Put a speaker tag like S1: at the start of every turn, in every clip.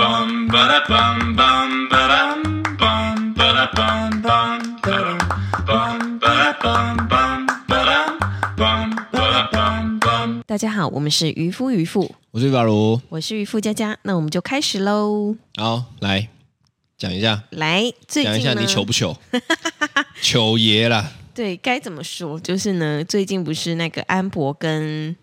S1: bum ba da bum bum ba dum bum ba da bum bum ba dum bum ba da bum bum ba dum bum ba da bum bum
S2: 大家好，我们是渔夫渔妇，
S3: 我是法如，
S2: 我是渔夫佳佳，那我们就开始喽。
S3: 好，来讲一下，
S2: 来，最
S3: 讲一
S2: 近
S3: 下
S2: 呢
S3: 你糗不 糗？糗爷啦，
S2: 对该怎么说？就是呢，最近不是那个安博跟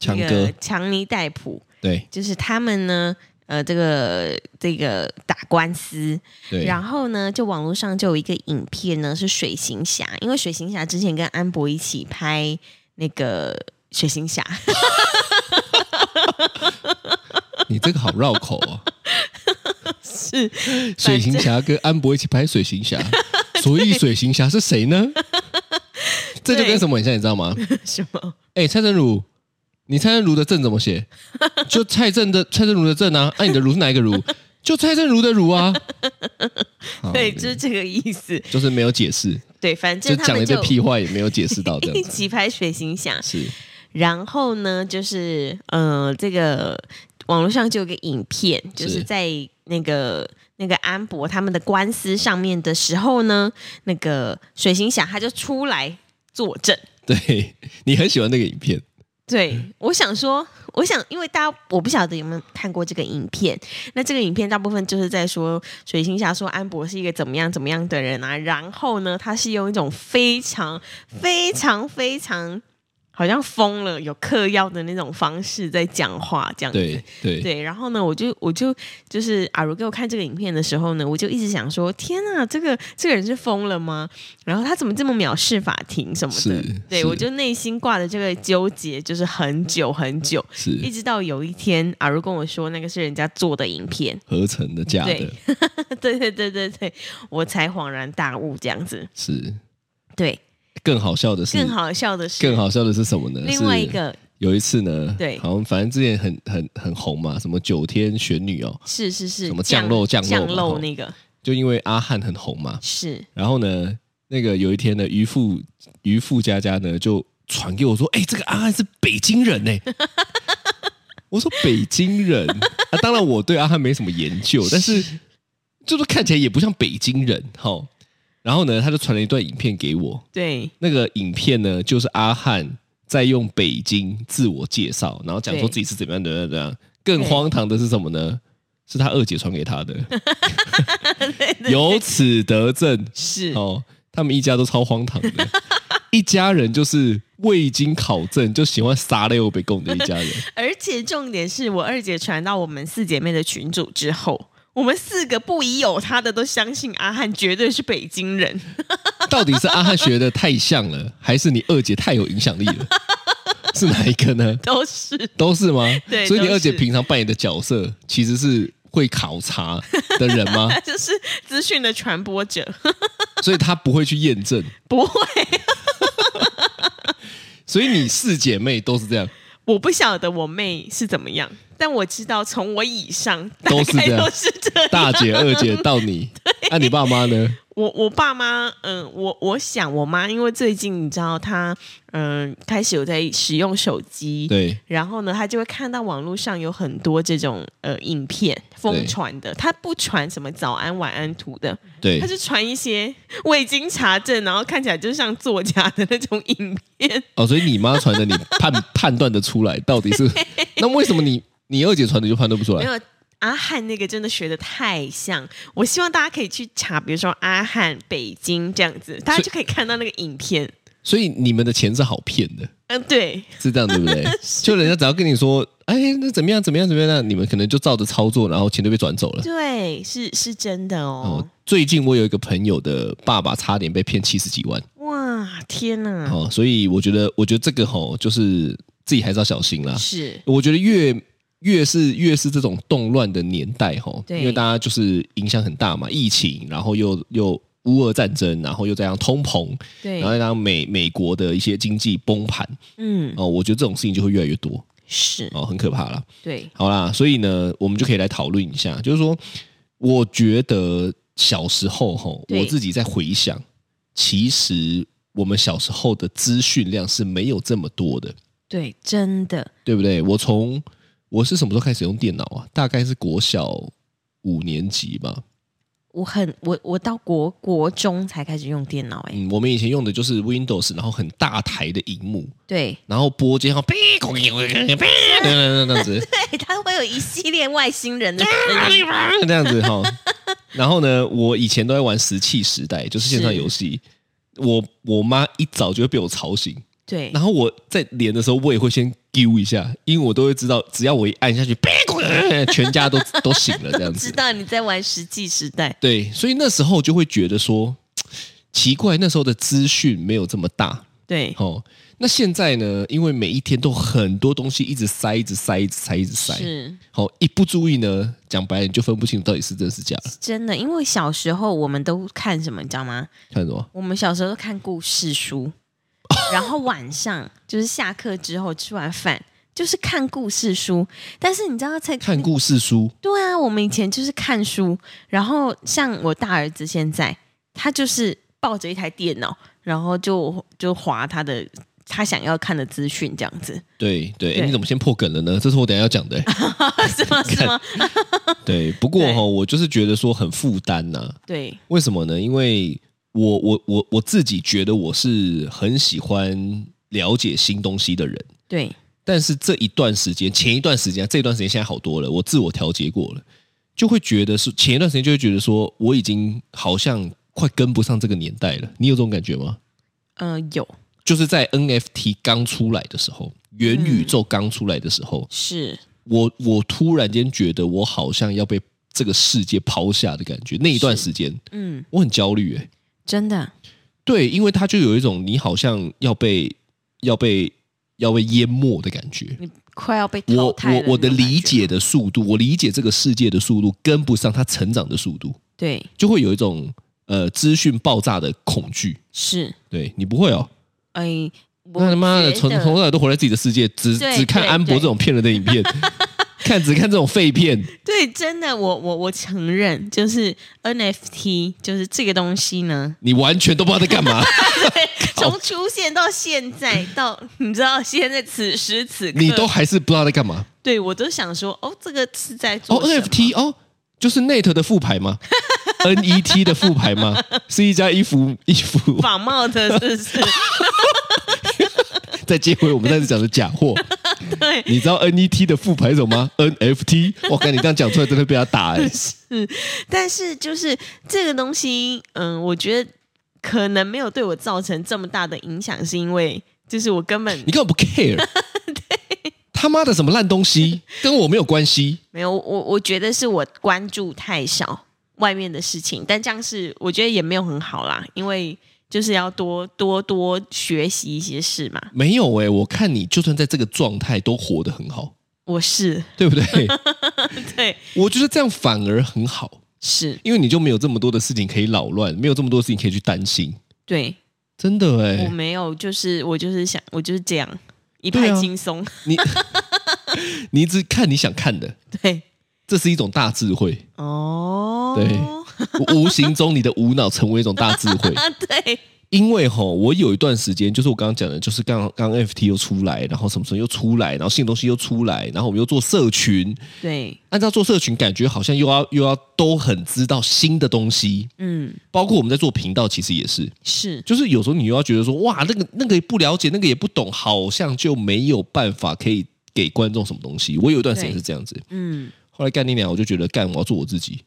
S3: 强
S2: 那
S3: 哥
S2: 个，强尼戴普，
S3: 对
S2: 就是他们呢，呃，这个这个打官司，
S3: 对，
S2: 然后呢，就网络上就有一个影片呢，是水行侠，因为水行侠之前跟安博一起拍那个水行侠，
S3: 你这个好绕口 哦。
S2: 是
S3: 水行侠跟安博一起拍水 行侠，所以水行侠是谁呢？这就跟什么很像，你知道吗？
S2: 什么？
S3: 哎，蔡振儒，你蔡振儒的“振”怎么写？就蔡振的蔡振儒的“振”啊，哎，你的“儒”是哪一个“儒”？就蔡振儒的“ 儒”啊。好
S2: 对，就是这个意思。
S3: 就是没有解释，
S2: 对，反
S3: 就
S2: 正他
S3: 讲了
S2: 们
S3: 一
S2: 就
S3: 堆屁话，也没有解释到这
S2: 一
S3: 样子。
S2: 起拍水行侠，
S3: 是，
S2: 然后呢，就是呃，这个网络上就有个影片，就是
S3: 是
S2: 在那个那个安博他们的官司上面的时候呢，那个水行侠他就出来作证。
S3: 对你很喜欢那个影片，
S2: 对，我想说，我想，因为大家我不晓得有没有看过这个影片。那这个影片大部分就是在说水星侠说安博是一个怎么样怎么样的人啊，然后呢，他是用一种非常非常非常好像疯了、有嗑药的那种方式在讲话，这样子。
S3: 对对
S2: 嗯对，然后呢，我就我就就是阿如给我看这个影片的时候呢，我就一直想说，天呐，这个这个人是疯了吗？然后他怎么这么藐视法庭什么的
S3: 是？
S2: 对
S3: 是
S2: 我就内心挂着这个纠结，就是很久很久，一
S3: 是
S2: 直到有一天阿如跟我说那个是人家做的影片，
S3: 合成的假的
S2: 对，对对对对对，我才恍然大悟这样子。
S3: 是
S2: 对，
S3: 更好笑的是
S2: 更好笑的是，
S3: 更好笑的是什么呢？
S2: 另外一
S3: 是
S2: 个
S3: 有一次呢，
S2: 对
S3: 好像反正之前很很很红嘛，什么九天玄女哦，
S2: 是是是
S3: 什么降肉
S2: 降
S3: 降肉嘛
S2: 肉
S3: 吼
S2: 那个
S3: 就因为阿汉很红嘛，
S2: 是
S3: 然后呢，那个有一天呢，渔父渔父佳佳呢就传给我说，哎、这个阿汉是北京人呢、 我说北京人啊，当然我对阿汉没什么研究，但是就是看起来也不像北京人哈、齁然后呢，他就传了一段影片给我，
S2: 对
S3: 那个影片呢，就是阿汉在用北京自我介绍，然后讲说
S2: 对
S3: 自己是怎么样怎么样怎么样。更荒唐的是什么呢？是他二姐传给他的。由此得证，
S2: 是
S3: 哦，他们一家都超荒唐 的，一家人就是未经考证就喜欢撒泪欧北贡的一家人。
S2: 而且重点是我二姐传到我们四姐妹的群组之后，我们四个不疑有他的都相信阿汉绝对是北京人。
S3: 到底是阿汉学的太像了，还是你二姐太有影响力 了？是哪一个呢？
S2: 都是
S3: 都是吗？
S2: 对
S3: 所以你
S2: 都
S3: 二姐
S2: 是
S3: 平常扮演的角色其实是会考察的人 吗？
S2: 他就是资讯的传播者，
S3: 所以她不会去验证。
S2: 不会，
S3: 所以你四姐妹都是这样，
S2: 我不晓得我妹是怎么样，但我知道从我以上大
S3: 都是
S2: 概
S3: 这样
S2: 都是这样。
S3: 大姐、二姐 到你，那、你爸妈呢？
S2: 我我爸妈，嗯、我我想我妈，因为最近你知道她，嗯、开始有在使用手机，
S3: 对
S2: 然后呢，他就会看到网络上有很多这种呃影片疯传的，他不传什么早安晚安图的，
S3: 对
S2: 他就传一些未经查证，然后看起来就像作假的那种影片。
S3: 哦，所以你妈传的你判判断的出来，到底 是那为什么你你二姐传的就判断不出
S2: 没
S3: 来？
S2: 有阿汉那个真的学的太像，我希望大家可以去查，比如说阿汉北京这样子，大家就可以看到那个影片。
S3: 所以你们的钱是好骗的，
S2: 嗯，对，
S3: 是这样对不 对？就人家只要跟你说，哎，那怎么样怎么样怎么样，那你们可能就照着操作，然后钱就被转走了。
S2: 对，是是真的
S3: 哦
S2: 哦。，
S3: 最近我有一个朋友的爸爸差点被骗七十几万，
S2: 哦哇，天哪！
S3: 哦，所以我觉得，我觉得这个吼、就是自己还是要小心啦。
S2: 是
S3: 我觉得越越是越是这种动乱的年代吼，
S2: 对
S3: 因为大家就是影响很大嘛，疫情，然后又又乌俄战争，然后又再加上通膨，
S2: 对
S3: 然后，再加上美美国的一些经济崩盘
S2: 嗯，
S3: 哦，我觉得这种事情就会越来越多
S2: 是
S3: 哦，很可怕啦。
S2: 对，
S3: 好啦，所以呢，我们就可以来讨论一下，就是说，我觉得小时候吼，
S2: 对
S3: 我自己在回想，其实我们小时候的资讯量是没有这么多的。
S2: 对，真的。
S3: 对不对？我从我是什么时候开始用电脑啊？大概是国小五年级吧。
S2: 我很我我到国国中才开始用电脑、欸，哎、
S3: 嗯，我们以前用的就是 Windows，然后很大台的荧幕，
S2: 对，
S3: 然后播接上，哔咕咕咕咕咕哔，这样这样子，
S2: 对，它会有一系列外星人的声音，
S3: 这样子哈。然后呢，我以前都在玩石器时代，就是线上
S2: 是
S3: 游戏。我我妈一早就会被我吵醒，
S2: 对
S3: 然，后我在连的时候，我也会先丢一下，因为我都会知道，只要我一按下去，哔咕咕全家都都醒了这样
S2: 知
S3: 子。
S2: 道你在玩《实际时代》，
S3: 对，所以那时候就会觉得说，奇怪，那时候的资讯没有这么大
S2: 对，
S3: 哦。那现在呢，因为每一天都很多东西一直塞，一直塞，一直塞，一直塞，
S2: 是
S3: 好、一不注意呢，讲白了你就分不清到底是真是假了。
S2: 真的，因为小时候我们都看什么，你知道吗？
S3: 看什么？
S2: 我们小时候都看故事书，然后晚上就是下课之后吃完饭就是看故事书，但是你知道在
S3: 看故事书。
S2: 对啊，我们以前就是看书，然后像我大儿子现在，他就是抱着一台电脑，然后就就划他的他想要看的资讯这样子，
S3: 对对，诶
S2: 对
S3: 你怎么先破梗了呢？这是我等一下要讲的、
S2: 是吗？是吗？
S3: 对，不过
S2: 对
S3: 哈、我就是觉得说很负担呐、
S2: 对，
S3: 为什么呢？因为我我我我自己觉得我是很喜欢了解新东西的人，
S2: 对，
S3: 但是这一段时间，前一段时间啊，这一段时间现在好多了，我自我调节过了，就会觉得是前一段时间就会觉得说我已经好像快跟不上这个年代了。你有这种感觉吗？
S2: 呃，有
S3: 就是在 NFT 刚出来的时候，元宇宙刚出来的时候，
S2: 是
S3: 我我突然间觉得我好像要被这个世界抛下的感觉。那一段时间，
S2: 嗯，
S3: 我很焦虑、欸，
S2: 真的
S3: 对，因为它就有一种你好像要被要被要被淹没的感觉。
S2: 快要被淘
S3: 我
S2: 汰
S3: 我
S2: 了
S3: 我的
S2: 那种感
S3: 理
S2: 觉
S3: 解的速度，我理解这个世界的速度跟不上它成长的速度，
S2: 对
S3: 就会有一种呃资讯爆炸的恐惧。
S2: 是
S3: 对你不会哦，
S2: 哎，我
S3: 那他妈的
S2: 觉
S3: 从
S2: 得
S3: 从来都活在自己的世界，只
S2: 对
S3: 只看
S2: 对
S3: 安博
S2: 对
S3: 这种骗人的影片， 看只看这种废片。
S2: 对，真的，我我我承认，就是 NFT，就是这个东西呢，
S3: 你完全都不知道在 干嘛，
S2: 从出现到现在，到你知道现在此时此刻，
S3: 你都还是不知道在干嘛。
S2: 对我都想说，哦，这个是在做
S3: 哦
S2: 什么
S3: ，NFT 哦，就是 Net 的副牌吗？NET 的副牌吗？是一家衣服衣服
S2: 仿冒的，是不是？
S3: 再接回我们上次讲的假货。
S2: 对
S3: 你知道 NET 的副牌是什么吗？NFT，我跟你这样讲出来，真的被他打 哎、
S2: 但是就是这个东西，嗯，我觉得可能没有对我造成这么大的影响，是因为就是我根本
S3: 你根本不 care，他妈的什么烂东西，跟我没有关系。
S2: 没有，我我觉得是我关注太少外面的事情，但这样是我觉得也没有很好啦，因为就是要多多多学习一些事嘛。
S3: 没有哎、我看你就算在这个状态都活得很好，
S2: 我是
S3: 对不对？
S2: 对
S3: 我觉得这样反而很好，
S2: 是，
S3: 因为你就没有这么多的事情可以扰乱，没有这么多事情可以去担心。
S2: 对
S3: 真的哎、
S2: 我没有，就是我就是想我就是这样一
S3: 对
S2: 派
S3: 啊
S2: 轻松，
S3: 你你只看你想看的，
S2: 对
S3: 这是一种大智慧。
S2: 哦，
S3: 对无无形中，你的无脑成为一种大智慧。
S2: 啊对
S3: 因为吼，我有一段时间，就是我刚刚讲的，就是刚刚 FT 又出来，然后什么什么又出来，然后新的东西又出来，然后我们又做社群。
S2: 对，
S3: 按照做社群，感觉好像又要又要都很知道新的东西，
S2: 嗯
S3: 包括我们在做频道，其实也是，
S2: 是
S3: 就是有时候你又要觉得说，哇，那个那个也不了解，那个也不懂，好像就没有办法可以给观众什么东西。我有一段时间是这样子，
S2: 嗯
S3: 后来干你娘，我就觉得干，我要做我自己，因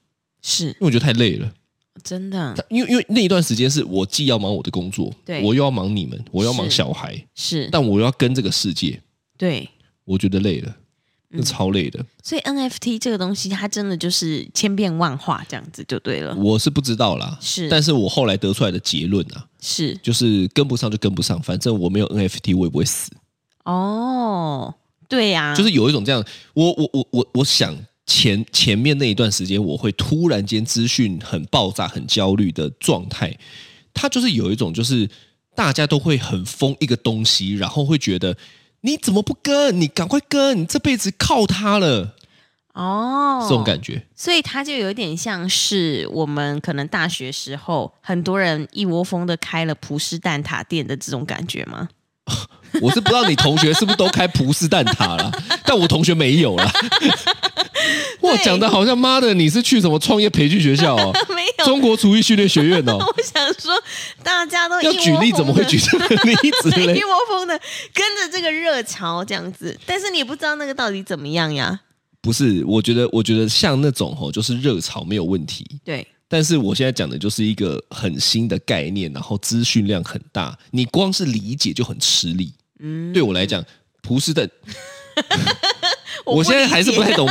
S2: 是
S3: 为我觉得太累了。
S2: 真的
S3: 因为因为那一段时间是我既要忙我的工作，
S2: 对
S3: 我又要忙你们，我又要忙
S2: 是
S3: 小孩，
S2: 是
S3: 但我又要跟这个世界，
S2: 对。
S3: 我觉得累了，
S2: 嗯
S3: 那超累的。
S2: 所以 NFT 这个东西，它真的就是千变万化，这样子就对了。
S3: 我是不知道
S2: 哦
S3: 啦，
S2: 是
S3: 但是我后来得出来的结论啊，
S2: 是
S3: 就是跟不上就跟不上，反正我没有 NFT 我也不会死，
S2: 哦，对呀、
S3: 就是有一种这样，我我我我我想。前前面那一段时间，我会突然间资讯很爆炸、很焦虑的状态，它就是有一种就是大家都会很疯一个东西，然后会觉得你怎么不跟，你赶快跟，你这辈子靠它了，
S2: 哦，
S3: 这种感觉。
S2: 所以它就有点像是我们可能大 学时候很多人一窝蜂的开了葡式蛋挞店的这种感觉吗？
S3: 我是不知道你同学是不是都开葡式蛋挞啦，但我同学没有 啦。哇，
S2: 对
S3: 讲的好像妈的，你是去什么创业培训学校哦？
S2: 没有
S3: 中国厨艺训练学院 哦？
S2: 我想说，大家都
S3: 要
S2: 一窝
S3: 举例怎么会举这个例子
S2: 蜂的对
S3: 嘞
S2: 一？窝蜂的跟着这个热潮这样子？但是你也不知道那个到底怎么样呀？
S3: 不是，我觉得，我觉得像那种哦，就是热潮没有问题，
S2: 对，
S3: 但是我现在讲的就是一个很新的概念，然后资讯量很大，你光是理解就很吃力。
S2: 嗯，
S3: 对我来讲，葡式蛋，
S2: 我
S3: 我
S2: 不
S3: 现在还是不太 懂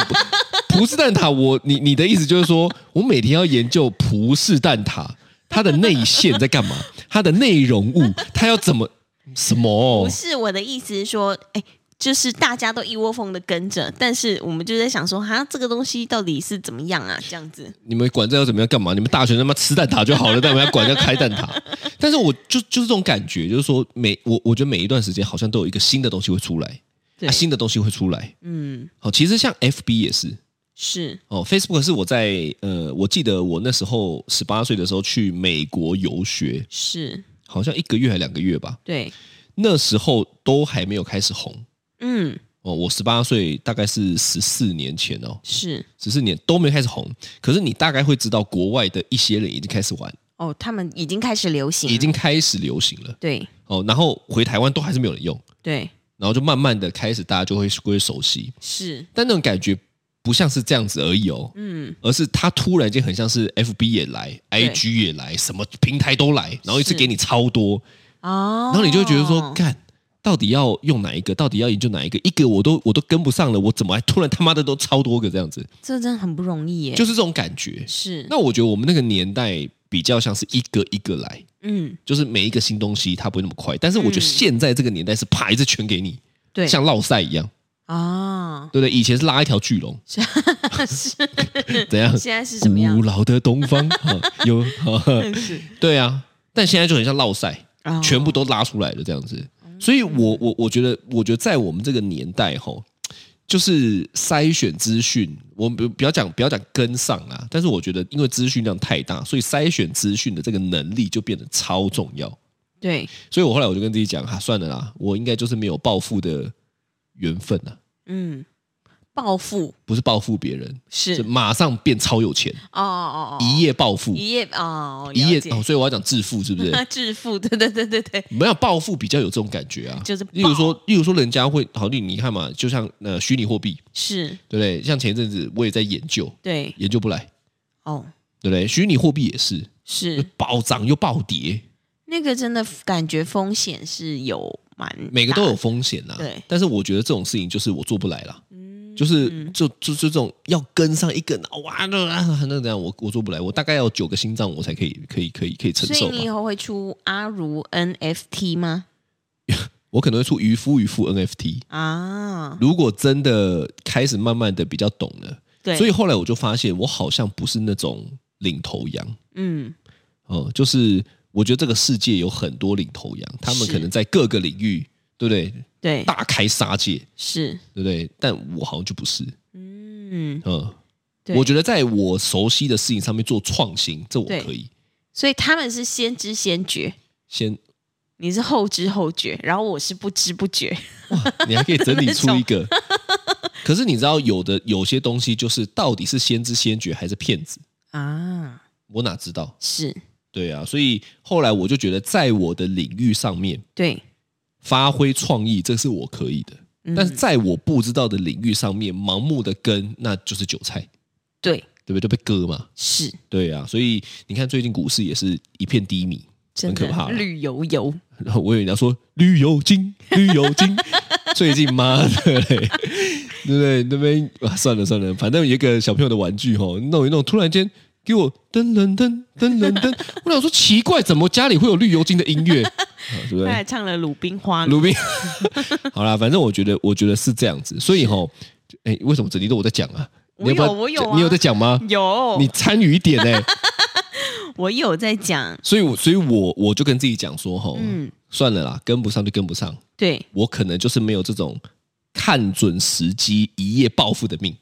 S3: 葡式蛋挞。我你你的意思就是说，我每天要研究葡式蛋挞它的内馅在干 嘛，它的内容物，它要怎么什么
S2: 不？是我的意思是说，哎、就是大家都一窝蜂的跟着，但是我们就在想说，哈，这个东西到底是怎么样啊？这样子，
S3: 你们管这要怎么样干嘛？你们大学他妈吃蛋挞就好了，但我们要管要开蛋挞。 但是我就就是这种感觉，就是说每我我觉得每一段时间好像都有一个新的东西会出来，
S2: 对
S3: 啊、新的东西会出来。
S2: 嗯，
S3: 好，其实像 FB 也是
S2: 是，
S3: 哦，Facebook 是我在呃，我记得我那时候十八岁的时候去美国游学，
S2: 是，
S3: 好像一个月还两个月吧，
S2: 对，
S3: 那时候都还没有开始红
S2: 嗯，
S3: 哦。我十八岁大概是十四年前哦，
S2: 是，
S3: 十四年都没开始红，可是你大概会知道国外的一些人已经开始玩，
S2: 哦，他们已经开始流行了，
S3: 已经开始流行了
S2: 对
S3: 哦。然后回台湾都还是没有人用，
S2: 对
S3: 然后就慢慢的开始大家就会会熟悉，
S2: 是，
S3: 但那种感觉不像是这样子而已哦，
S2: 嗯，
S3: 而是它突然间很像是 FB 也来
S2: 对
S3: ，IG 也来，什么平台都来，然后一次
S2: 是
S3: 给你超多，
S2: 哦，
S3: 然后你就会觉得说，干、到底要用哪一个？到底要研究哪一个？一个我都我都跟不上了，我怎么还突然他妈的都超多个这样子？
S2: 这真的很不容易耶，
S3: 就是这种感觉。
S2: 是，
S3: 那我觉得我们那个年代比较像是一个一个来，
S2: 嗯，
S3: 就是每一个新东西它不会那么快，但是我觉得
S2: 嗯
S3: 现在这个年代是啪一次全给你，
S2: 对
S3: 像落赛一样，
S2: 啊，
S3: 对不对？以前是拉一条巨龙，
S2: 是，
S3: 怎样？
S2: 现在是怎么样
S3: 古？老的东方 哈有，哈
S2: 是
S3: 对啊，但现在就很像落赛，
S2: 哦
S3: 全部都拉出来了这样子。所以我我我觉得，我觉得在我们这个年代吼，就是筛选资讯，我们不不要讲不要讲跟上啊，但是我觉得因为资讯量太大，所以筛选资讯的这个能力就变得超重要。
S2: 对，
S3: 所以我后来我就跟自己讲，啊，算了啦，我应该就是没有暴富的缘分啊，
S2: 嗯，暴富
S3: 不是暴富别人，
S2: 是
S3: 是，马上变超有钱，
S2: 哦哦哦，
S3: 一夜暴富，
S2: 一夜哦，
S3: 一夜
S2: 了解
S3: 哦，所以我要讲致富，是不是？
S2: 致富，对对对对对，
S3: 没有暴富比较有这种感觉啊，
S2: 就是
S3: 例如
S2: 爆
S3: 说，例如说，人家会好，例如你看嘛，就像呃虚拟货币，
S2: 是，
S3: 对不对？像前一阵子我也在研究，
S2: 对，
S3: 研究不来，
S2: 哦，
S3: 对不对？虚拟货币也是就是暴涨又暴跌，
S2: 那个真的感觉风险是有蛮
S3: 每个都有
S2: 大，
S3: 风险呐、
S2: 对
S3: 但是我觉得这种事情就是我做不来啦，
S2: 嗯
S3: 就是就就就这种要跟上一根哇那那那这样我我做不来，我大概要九个心脏我才可以可以可以可以承
S2: 所
S3: 受
S2: 以
S3: 吧
S2: 你以。后会出阿如 NFT 吗？
S3: 我可能会出渔夫渔夫 NFT，
S2: 啊，
S3: 如果真的开始慢慢的比较懂了。
S2: 对，
S3: 所以后来我就发现，我好像不是那种领头羊，
S2: 嗯，
S3: 哦、就是我觉得这个世界有很多领头羊，他们
S2: 是
S3: 可能在各个领域，对不对，
S2: 对，
S3: 大开杀戒，
S2: 是，
S3: 对不对？但我好像就不是，
S2: 嗯，
S3: 嗯，
S2: 对，
S3: 我觉得在我熟悉的事情上面做创新，这我
S2: 对
S3: 可以
S2: 所以他们是先知先觉，
S3: 先。
S2: 你是后知后觉，然后我是不知不觉。
S3: 你还可以整理出 一个， 可是你知道，有的有些东西就是到底是先知先觉还是骗子，
S2: 啊，
S3: 我哪知道？
S2: 是
S3: 对啊，所以后来我就觉得，在我的领域上面，
S2: 对，
S3: 发挥创意，这是我可以的。
S2: 嗯
S3: 但是在我不知道的领域上面盲目的跟，那就是韭菜，
S2: 对
S3: 对不对？就被割嘛。
S2: 是
S3: 对啊，所以你看最近股市也是一片低迷，
S2: 真
S3: 很
S2: 的
S3: 可怕啊。
S2: 绿油油，
S3: 然后我以为你要说绿油精，绿油精， 最近妈的嘞， 对不对？那边啊，算了算了，反正有一个小朋友的玩具吼、弄一弄，突然间给我噔噔噔噔噔噔，我想说奇怪，怎么家里会有绿油精的音乐？ 啊对不
S2: 他
S3: 对？
S2: 还唱了《鲁冰花》
S3: 鲁宾， 好啦，反正我觉得，我觉得是这样子，所以吼，哎，为什么整集都我在讲啊？
S2: 我有
S3: 你要不要
S2: 我有啊
S3: 你有在讲吗？
S2: 有
S3: 你，参与一点哎、
S2: 我有在讲，
S3: 所以我，所以我我就跟自己讲说，吼，
S2: 嗯，
S3: 算了啦，跟不上就跟不上，
S2: 对，
S3: 我可能就是没有这种看准时机一夜暴富的命，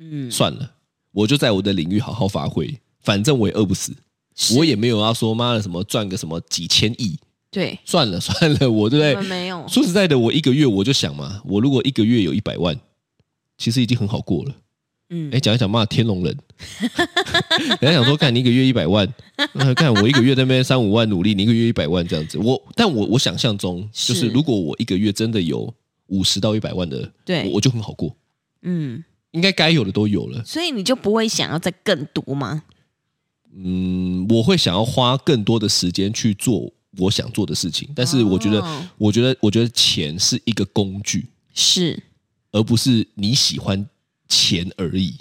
S2: 嗯，
S3: 算了，我就在我的领域好好发挥，反正我也饿不死，
S2: 是
S3: 我也没有要说妈的什么赚个什么几千亿，
S4: 对，
S3: 算了 算了，我对不对
S4: 我？们没有，
S3: 说实在的，我一个月我就想嘛，我如果一个月有一百万，其实已经很好过了。
S2: 嗯
S3: 哎，，讲一讲骂天龙人， 人家想说，干你一个月一百万，呃干我一个月在那边三五万努力，你一个月一百万这样子。我，但我我想象中就
S2: 是
S3: 是，如果我一个月真的有五十到一百万的，
S2: 对
S3: 我我就很好过，
S2: 嗯，
S3: 应该该有的都有了。
S2: 所以你就不会想要再更多吗？
S3: 嗯，我会想要花更多的时间去做我想做的事情，但是我觉得，
S4: 哦
S3: 我觉得，我觉得钱是一个工具，
S2: 是，
S3: 而不是你喜欢钱而已。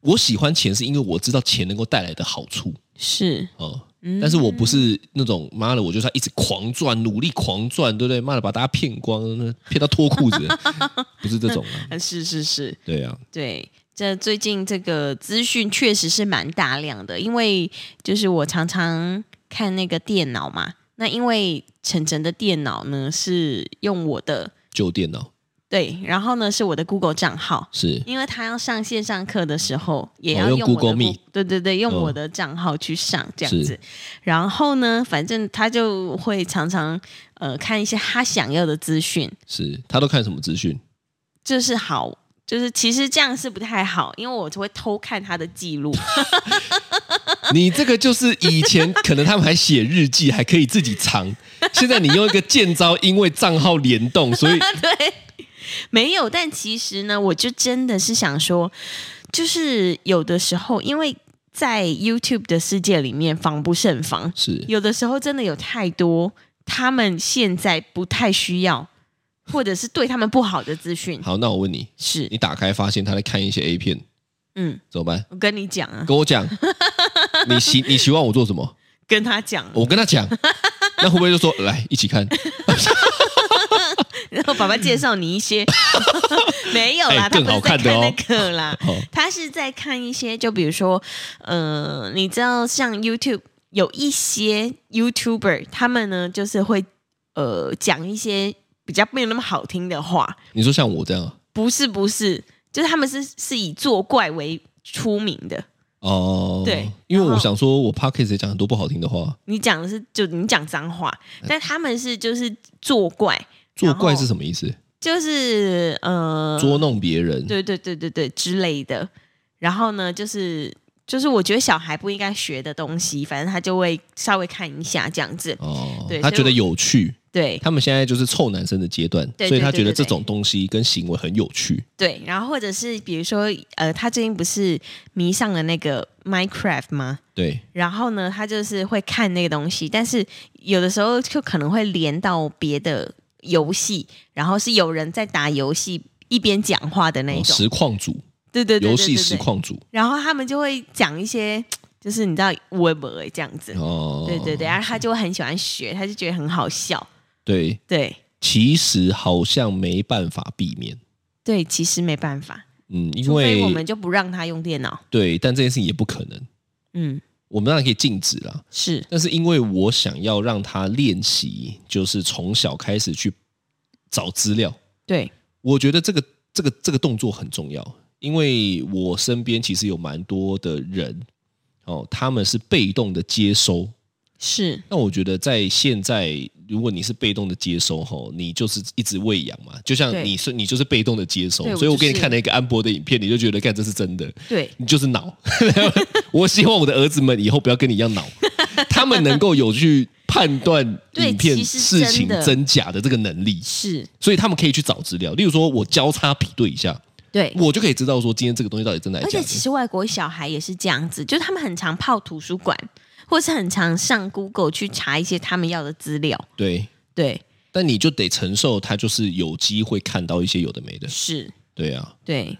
S3: 我喜欢钱是因为我知道钱能够带来的好处
S2: 是，
S3: 哦、
S2: 嗯
S3: 但是我不是那种妈的，我就是要一直狂赚，努力狂赚，对不对？妈的，把大家骗光，骗到脱裤子， 不是这种啊。
S2: 呃 是是是，
S3: 对啊，
S2: 对，这最近这个资讯确实是蛮大量的，因为就是我常常看那个电脑嘛，那因为晨晨的电脑呢是用我的
S3: 旧电脑
S2: 对，然后呢是我的 Google 账号。
S3: 是
S2: 因为他要上线上课的时候，也
S3: 哦
S2: 要
S3: 用
S2: 用我的
S3: Google
S2: Gu-
S3: Meet
S2: 对对对，用
S3: 哦
S2: 我的账号去上这样
S3: 是
S2: 子。然后呢，反正他就会常常呃看一些他想要的资讯，
S3: 是，他都看什么资讯？
S2: 就是好，就是其实这样是不太好，因为我就会偷看他的记录。
S3: 你这个就是以前可能他们还写日记，还可以自己藏。现在你用一个剑招，因为账号联动，所以
S2: 对，没有。但其实呢，我就真的是想说，就是有的时候，因为在 YouTube 的世界里面防不胜防，
S3: 是
S2: 有的时候真的有太多他们现在不太需要，或者是对他们不好的资讯。
S3: 好。那我问你，
S2: 是，
S3: 你打开发现他在看一些 A 片，
S2: 嗯，
S3: 怎么办？
S2: 我跟你讲啊，
S3: 跟 我讲，你希你希望我做什么？
S2: 跟他讲，
S3: 我跟他讲，那会不会就说来一起看？
S2: 然后爸爸介绍你一 些，没有啦，
S3: 哎
S2: 他
S3: 更
S2: 不是
S3: 好
S2: 在
S3: 看的
S2: 看
S3: 哦
S2: 那个啦，
S3: 哦
S2: 他是在看一些，就比如说，呃，你知道像 YouTube 有一些 YouTuber，他们呢就是会呃讲一些比较没有那么好听的话，
S3: 你说像我这样啊
S2: 不是不是，就是他们是是以作怪为出名的。
S3: 哦？
S2: 对
S3: 因为
S2: 然
S3: 我
S2: 后
S3: 想说，我 p o c k e t 也讲很多不好听的话，
S2: 你讲的是就你讲脏话，
S3: 呃
S2: 但他们是就是作怪，
S3: 作怪是
S2: 么？
S3: 什么意思？
S2: 就是呃
S3: 捉弄别人，
S2: 对对对对对之类的。然后呢，就是就是我觉得小孩不应该学的东西，反正他就会稍微看一下这样子。
S3: 哦
S2: 对，
S3: 他
S2: 所以
S3: 觉得
S2: 我
S3: 有趣。
S2: 对
S3: 他们现在就是臭男生的阶段，
S2: 对
S3: 所以他
S2: 对对
S3: 觉得
S2: 对
S3: 这
S2: 对
S3: 种东西跟行为很有趣。
S2: 对，然后或者是比如说，呃，他最近不是迷上了那个 Minecraft 吗？
S3: 对，
S2: 然后呢，他就是会看那个东西，但是有的时候就可能会连到别的游戏，然后是有人在打游戏一边讲话的那一
S3: 哦
S2: 种。
S3: 实况组，
S2: 对对对对
S3: 游
S2: 对
S3: 戏
S2: 对
S3: 实况组。
S2: 然后他们就会讲一些，就是你知道 web 这样子。
S3: 哦，
S2: 对对对，然后他就会很喜欢学，他就觉得很好笑。
S3: 对，
S2: 对
S3: 其实好像没办法避免。
S2: 对，其实没办法，
S3: 嗯，因
S2: 除非我们
S3: 为
S2: 就不让他用电脑。
S3: 对，但这件事情也不可能。
S2: 嗯，
S3: 我们当然可以禁止啦，
S2: 是
S3: 但是因为我想要让他练习，就是从小开始去找资料，
S2: 对，
S3: 我觉得这个这个这个动作很重要，因为我身边其实有蛮多的人哦，他们是被动的接收。
S2: 是
S3: 那我觉得在现在，如果你是被动的接收吼，你就是一直喂养嘛，就像
S2: 对
S3: 你是你就是被动的接收
S2: 对，我
S3: 所以我
S2: 就是
S3: 给你看了一个安博的影片，你就觉得干这是真的，
S2: 对，
S3: 你就是脑。 我希望我的儿子们以后不要跟你一样脑，他们能够有去判断
S2: 对
S3: 影片
S2: 其实真
S3: 事
S2: 的
S3: 情真假的这个能力，
S2: 是，
S3: 所以他们可以去找资料。例如说，我交叉比对一下，
S2: 对。
S3: 我就可以知道说今天这个东西到底真的还
S2: 而
S3: 是假
S2: 且
S3: 的。
S2: 其实外国小孩也是这样子，就是他们很常泡图书馆，或是很常上 Google 去查一些他们要的资料。
S3: 对，
S2: 对，
S3: 但你就得承受，他就是有机会看到一些有的没的。
S2: 是，
S3: 对啊，
S2: 对。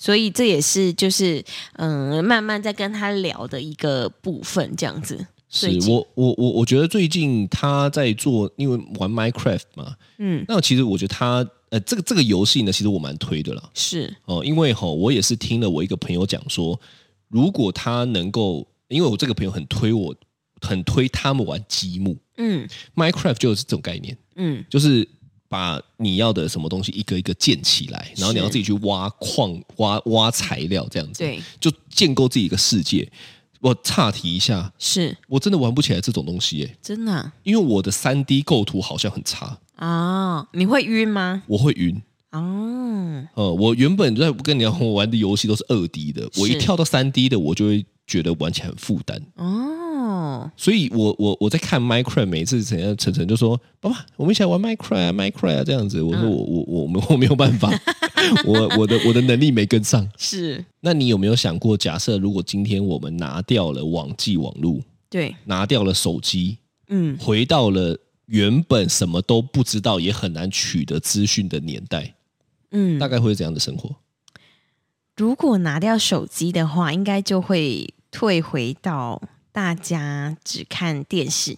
S2: 所以这也是就是嗯、慢慢在跟他聊的一个部分，这样子。
S3: 是
S2: 最近
S3: 我我我我觉得最近他在做，因为玩 Minecraft 嘛，
S2: 嗯，
S3: 那其实我觉得他呃这个这个游戏呢，其实我蛮推的啦。
S2: 是
S3: 哦，因为吼，我也是听了我一个朋友讲说，如果他能够，因为我这个朋友很推我，很推他们玩积木
S2: 嗯
S3: ，Minecraft 就是这种概念，
S2: 嗯，
S3: 就是把你要的什么东西一个一个建起来，然后你要
S2: 是
S3: 自己去挖矿、挖挖材料这样子，
S2: 对，
S3: 就建构自己一个世界。我岔题一下，
S2: 是
S3: 我真的玩不起来这种东西耶，
S2: 真的啊
S3: 因为我的三 D 构图好像很差，
S2: 哦你会晕吗？
S3: 我会晕。
S2: 哦，
S3: 呃，我原本在跟你讲我玩的游戏都是二 D 的，我一
S2: 是
S3: 跳到三 D 的，我就会觉得玩起来很负担。
S2: 哦，
S3: 所以我我我在看 Minecraft，每次怎样晨晨就说：“爸爸，我们一起来玩 Minecraft 啊，Minecraft 啊，这样子。”我说：“我我我我我没有办法， 我我的我的能力没跟上。
S2: 是”
S3: 那你有没有想过，假设如果今天我们拿掉了网际网路，
S2: 对，
S3: 拿掉了手机，
S2: 嗯，
S3: 回到了原本什么都不知道也很难取得资讯的年代，
S2: 嗯
S3: 大，概会是怎样的生活？
S2: 如果拿掉手机的话，应该就会退回到大家只看电视，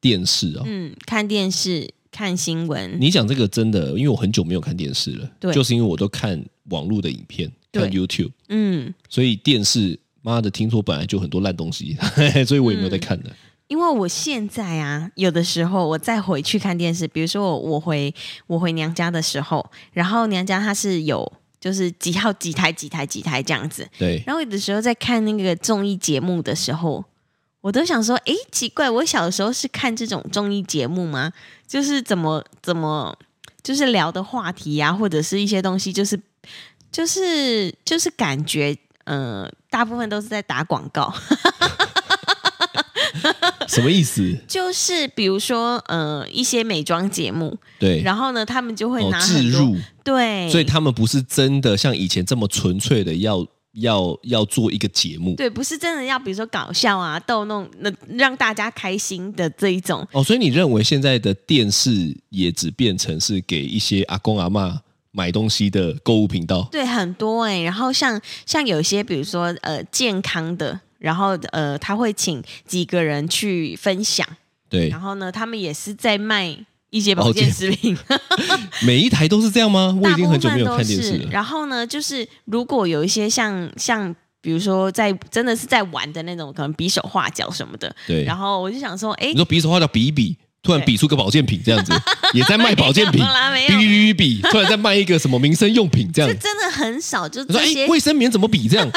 S3: 电视啊、
S2: 嗯，看电视，看新闻，
S3: 你讲这个真的，因为我很久没有看电视了，
S2: 对
S3: 就是因为我都看网络的影片，看
S2: 对
S3: YouTube，
S2: 嗯，
S3: 所以电视，妈的，听说本来就很多烂东西， 所以我也没有在看的。
S2: 因为我现在啊，有的时候我再回去看电视，比如说我我回我回娘家的时候，然后娘家它是有就是几号几台几台几台这样子，
S3: 对，
S2: 然后有的时候在看那个综艺节目的时候，我都想说，诶，奇怪，我小时候是看这种综艺节目吗？就是怎么怎么就是聊的话题啊，或者是一些东西，就是就是就是感觉，呃，大部分都是在打广告。
S3: 什么意思？
S2: 就是比如说，呃，一些美妆节目，
S3: 对，
S2: 然后呢，他们就会
S3: 哦
S2: 拿，
S3: 置
S2: 很多、哎
S3: 入，
S2: 对，
S3: 所以他们不是真的像以前这么纯粹的要要要做一个节目。
S2: 对，不是真的要比如说搞笑啊、逗弄，那让大家开心的这一种，
S3: 哦，所以你认为现在的电视也只变成是给一些阿公阿嬷买东西的购物频道？
S2: 对，很多哎、然后像像有些比如说呃健康的，然后呃他会请几个人去分享，
S3: 对
S2: 然，后呢，他们也是在卖一些保健
S3: 保健
S2: 食品，
S3: 每一台都是这样吗？哦 我已
S2: 大
S3: 经
S2: 部
S3: 很久没
S2: 分
S3: 有
S2: 都
S3: 看
S2: 是。
S3: 电视了。
S2: 然后呢，就是如果有一些像像。比如说在，真的是在玩的那种，可能比手画脚什么的。
S3: 对，
S2: 然后我就想说，哎
S3: 你，说比手画脚比一比，突然
S2: 对
S3: 比出个保健品 这样子，也在卖保健品，
S2: 没有啦没
S3: 比
S2: 有
S3: 比比比，突然在卖一个什么民生用品这样
S2: 这。真的很少，就
S3: 他说：“
S2: 这些
S3: 哎，卫生棉怎么 比这样？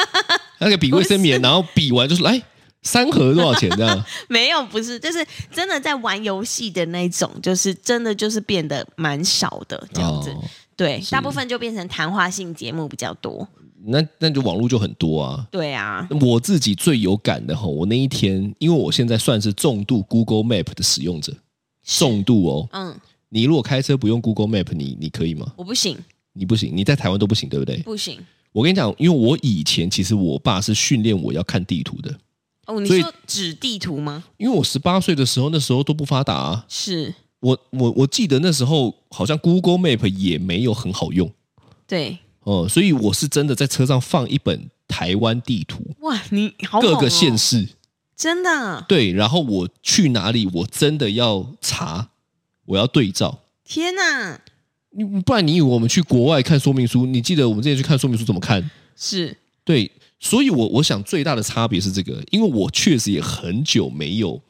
S3: 那个比卫生棉，然后比完就说：‘哎，三盒多少钱？’这样
S2: 没有，不是，就是真的在玩游戏的那种，就是真的就是变得蛮少的 这样子。
S3: 哦
S2: 对，大部分就变成谈话性节目比较多。
S3: 那那就网络就很多啊。
S2: 对啊，
S3: 我自己最有感的哈，我那一天，因为我现在算是重度 Google Map 的使用者，重度哦。
S2: 嗯，
S3: 你如果开车不用 Google Map，你你可以吗？
S2: 我不行，
S3: 你不行，你在台湾都不行，对不对？
S2: 不行。
S3: 我跟你讲，因为我以前其实我爸是训练我要看地图的，
S2: 哦，你
S3: 所以
S2: 说指地图吗？
S3: 因为我十八岁的时候，那时候都不发达、啊。
S2: 是，
S3: 我我我记得那时候好像 Google Map 也没有很好用
S2: 对。
S3: 哦、所以我是真的在车上放一本台湾地图，
S2: 哇，你好猛
S3: 各
S2: 哦
S3: 个县市
S2: 真的，
S3: 对，然后我去哪里，我真的要查，我要对照。
S2: 天哪，
S3: 你不然你以为我们去国外看说明书？你记得我们之前去看说明书怎么看？
S2: 是
S3: 对，所以我我想最大的差别是这个，因为我确实也很久没有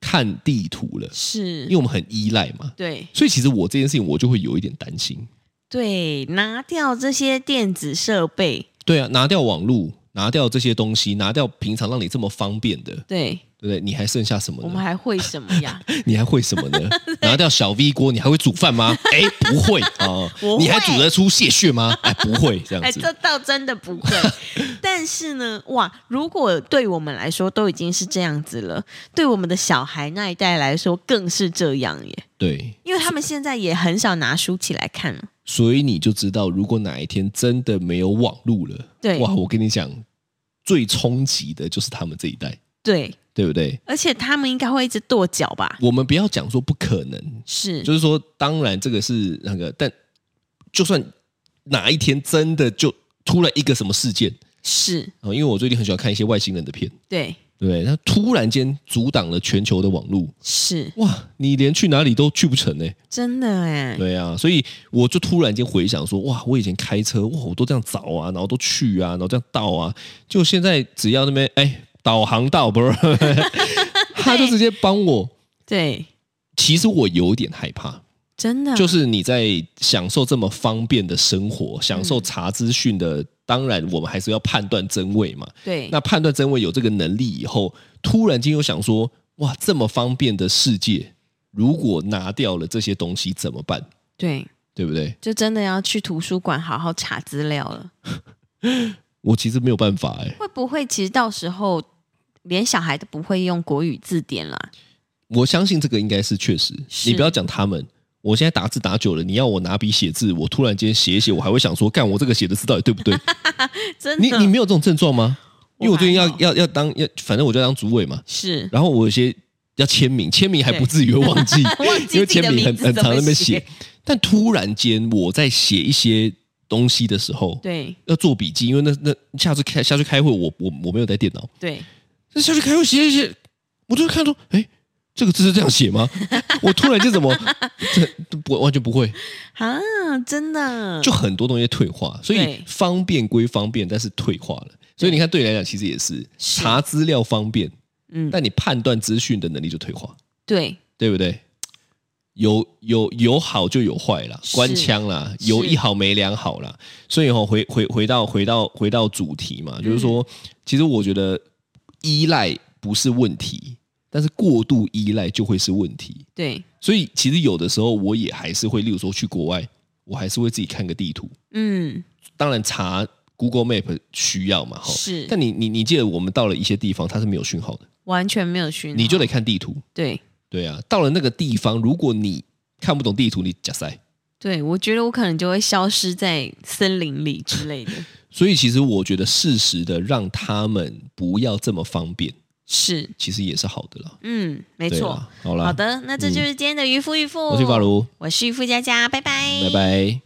S3: 看地图了，因为
S2: 是，
S3: 我们很依赖嘛，
S2: 对
S3: 所以其实我这件事情我就会有一点担心。
S2: 对，拿掉这些电子设备，
S3: 对啊，拿掉网络，拿掉这些东西，拿掉平常让你这么方便的，
S2: 对
S3: 对不对？你还剩下什么
S2: 我们
S3: 呢？
S2: 还会什么呀？
S3: 你还会什 么呢？拿掉小 V 锅，你还会煮饭吗？哎，不会啊、哦
S2: 我会
S3: 你还煮得出蟹血吗？哎，不会这
S2: 哎，
S3: 样子。
S2: 这倒真的不会。但是呢，哇，如果对我们来说都已经是这样子了，对我们的小孩那一代来说更是这样耶，
S3: 对，
S2: 因为他们现在也很少拿书起来看了。
S3: 所以你就知道，如果哪一天真的没有网络了，
S2: 对
S3: 哇，我跟你讲，最冲击的就是他们这一代，
S2: 对，
S3: 对不对？
S2: 而且他们应该会一直跺脚吧？
S3: 我们不要讲说不可能，
S2: 是，
S3: 就是说，当然这个是那个，但就算哪一天真的就突然一个什么事件
S2: 是，
S3: 啊、呃因为我最近很喜欢看一些外星人的片，
S2: 对，
S3: 对不对？他突然间阻挡了全球的网络，
S2: 是
S3: 哇，你连去哪里都去不成呢、欸
S2: 真的哎。
S3: 对啊，所以我就突然间回想说，哇，我以前开车，哇，我都这样找啊，然后都去啊，然后这样到啊，就现在只要那边哎导航到不是，他就直接帮我。
S2: 对，
S3: 其实我有点害怕，
S2: 真的
S3: 就是你在享受这么方便的生活，享受查资讯的，当然我们还是要判断真伪嘛。
S2: 对，
S3: 那判断真伪有这个能力以后，突然间又想说，哇，这么方便的世界，如果拿掉了这些东西怎么办？
S2: 对，
S3: 对不对？
S2: 就真的要去图书馆好好查资料了。
S3: 我其实没有办法哎、
S2: 会不会其实到时候连小孩都不会用国语字典啦？
S3: 我相信这个应该是确实。
S2: 是
S3: 你不要讲他们，我现在打字打久了，你要我拿笔写字，我突然间写一写，我还会想说，干我这个写的字到底对不对？
S2: 真
S3: 你
S2: 的，
S3: 你没有这种症状吗？因为我最近要
S2: 我还好
S3: 要要当要，反正我就要当主委嘛。
S2: 是
S3: 然后我有些要签名，签名还
S2: 对，
S3: 不至于会忘记
S2: 忘记
S3: 因为
S2: 自己的
S3: 签名很
S2: 名字
S3: 很
S2: 怎么
S3: 长在那边
S2: 写
S3: 写。但突然间我在写一些东西的时候，
S2: 对
S3: 要做笔记，因为那那下次开下去开会，我我我没有带电脑，
S2: 对，
S3: 那下去开会写一写，我就看到哎。诶这个字是这样 写吗？我突然间怎么这不完全不会，
S2: 啊，真的
S3: 就很多东西退化，所以
S2: 嗯对
S3: 方便归方便，但是退化了。所以你看，对你来讲其实也是
S2: 是
S3: 查资料方便，
S2: 嗯
S3: 但你判断资讯的能力就退化，
S2: 对
S3: 对不对？有有有好就有坏啦，
S2: 是
S3: 官腔啦，
S2: 是
S3: 有一好没两好啦。所以哦，回回回到回到回到主题嘛，
S2: 嗯
S3: 就是说，其实我觉得依赖不是问题，但是过度依赖就会是问题。
S2: 对，
S3: 所以其实有的时候我也还是会，例如说去国外，我还是会自己看个地图，
S2: 嗯
S3: 当然查 Google Map 需要嘛，哈。
S2: 是
S3: 但你你你记得我们到了一些地方，它是没有讯号的，
S2: 完全没有熏陶，
S3: 你就得看地图。
S2: 对
S3: 对啊，到了那个地方，如果你看不懂地图，你假塞。
S2: 对，我觉得我可能就会消失在森林里之类的，
S3: 所以其实我觉得适时的让他们不要这么方便，
S2: 是
S3: 其实也是好的啦。
S2: 嗯，没
S3: 对啊
S2: 错。
S3: 啦，好啦，嗯
S2: 好，的，那这就是今天的渔夫渔妇，
S3: 我是法，如，
S2: 我是渔夫佳佳，拜拜，
S3: 拜。拜。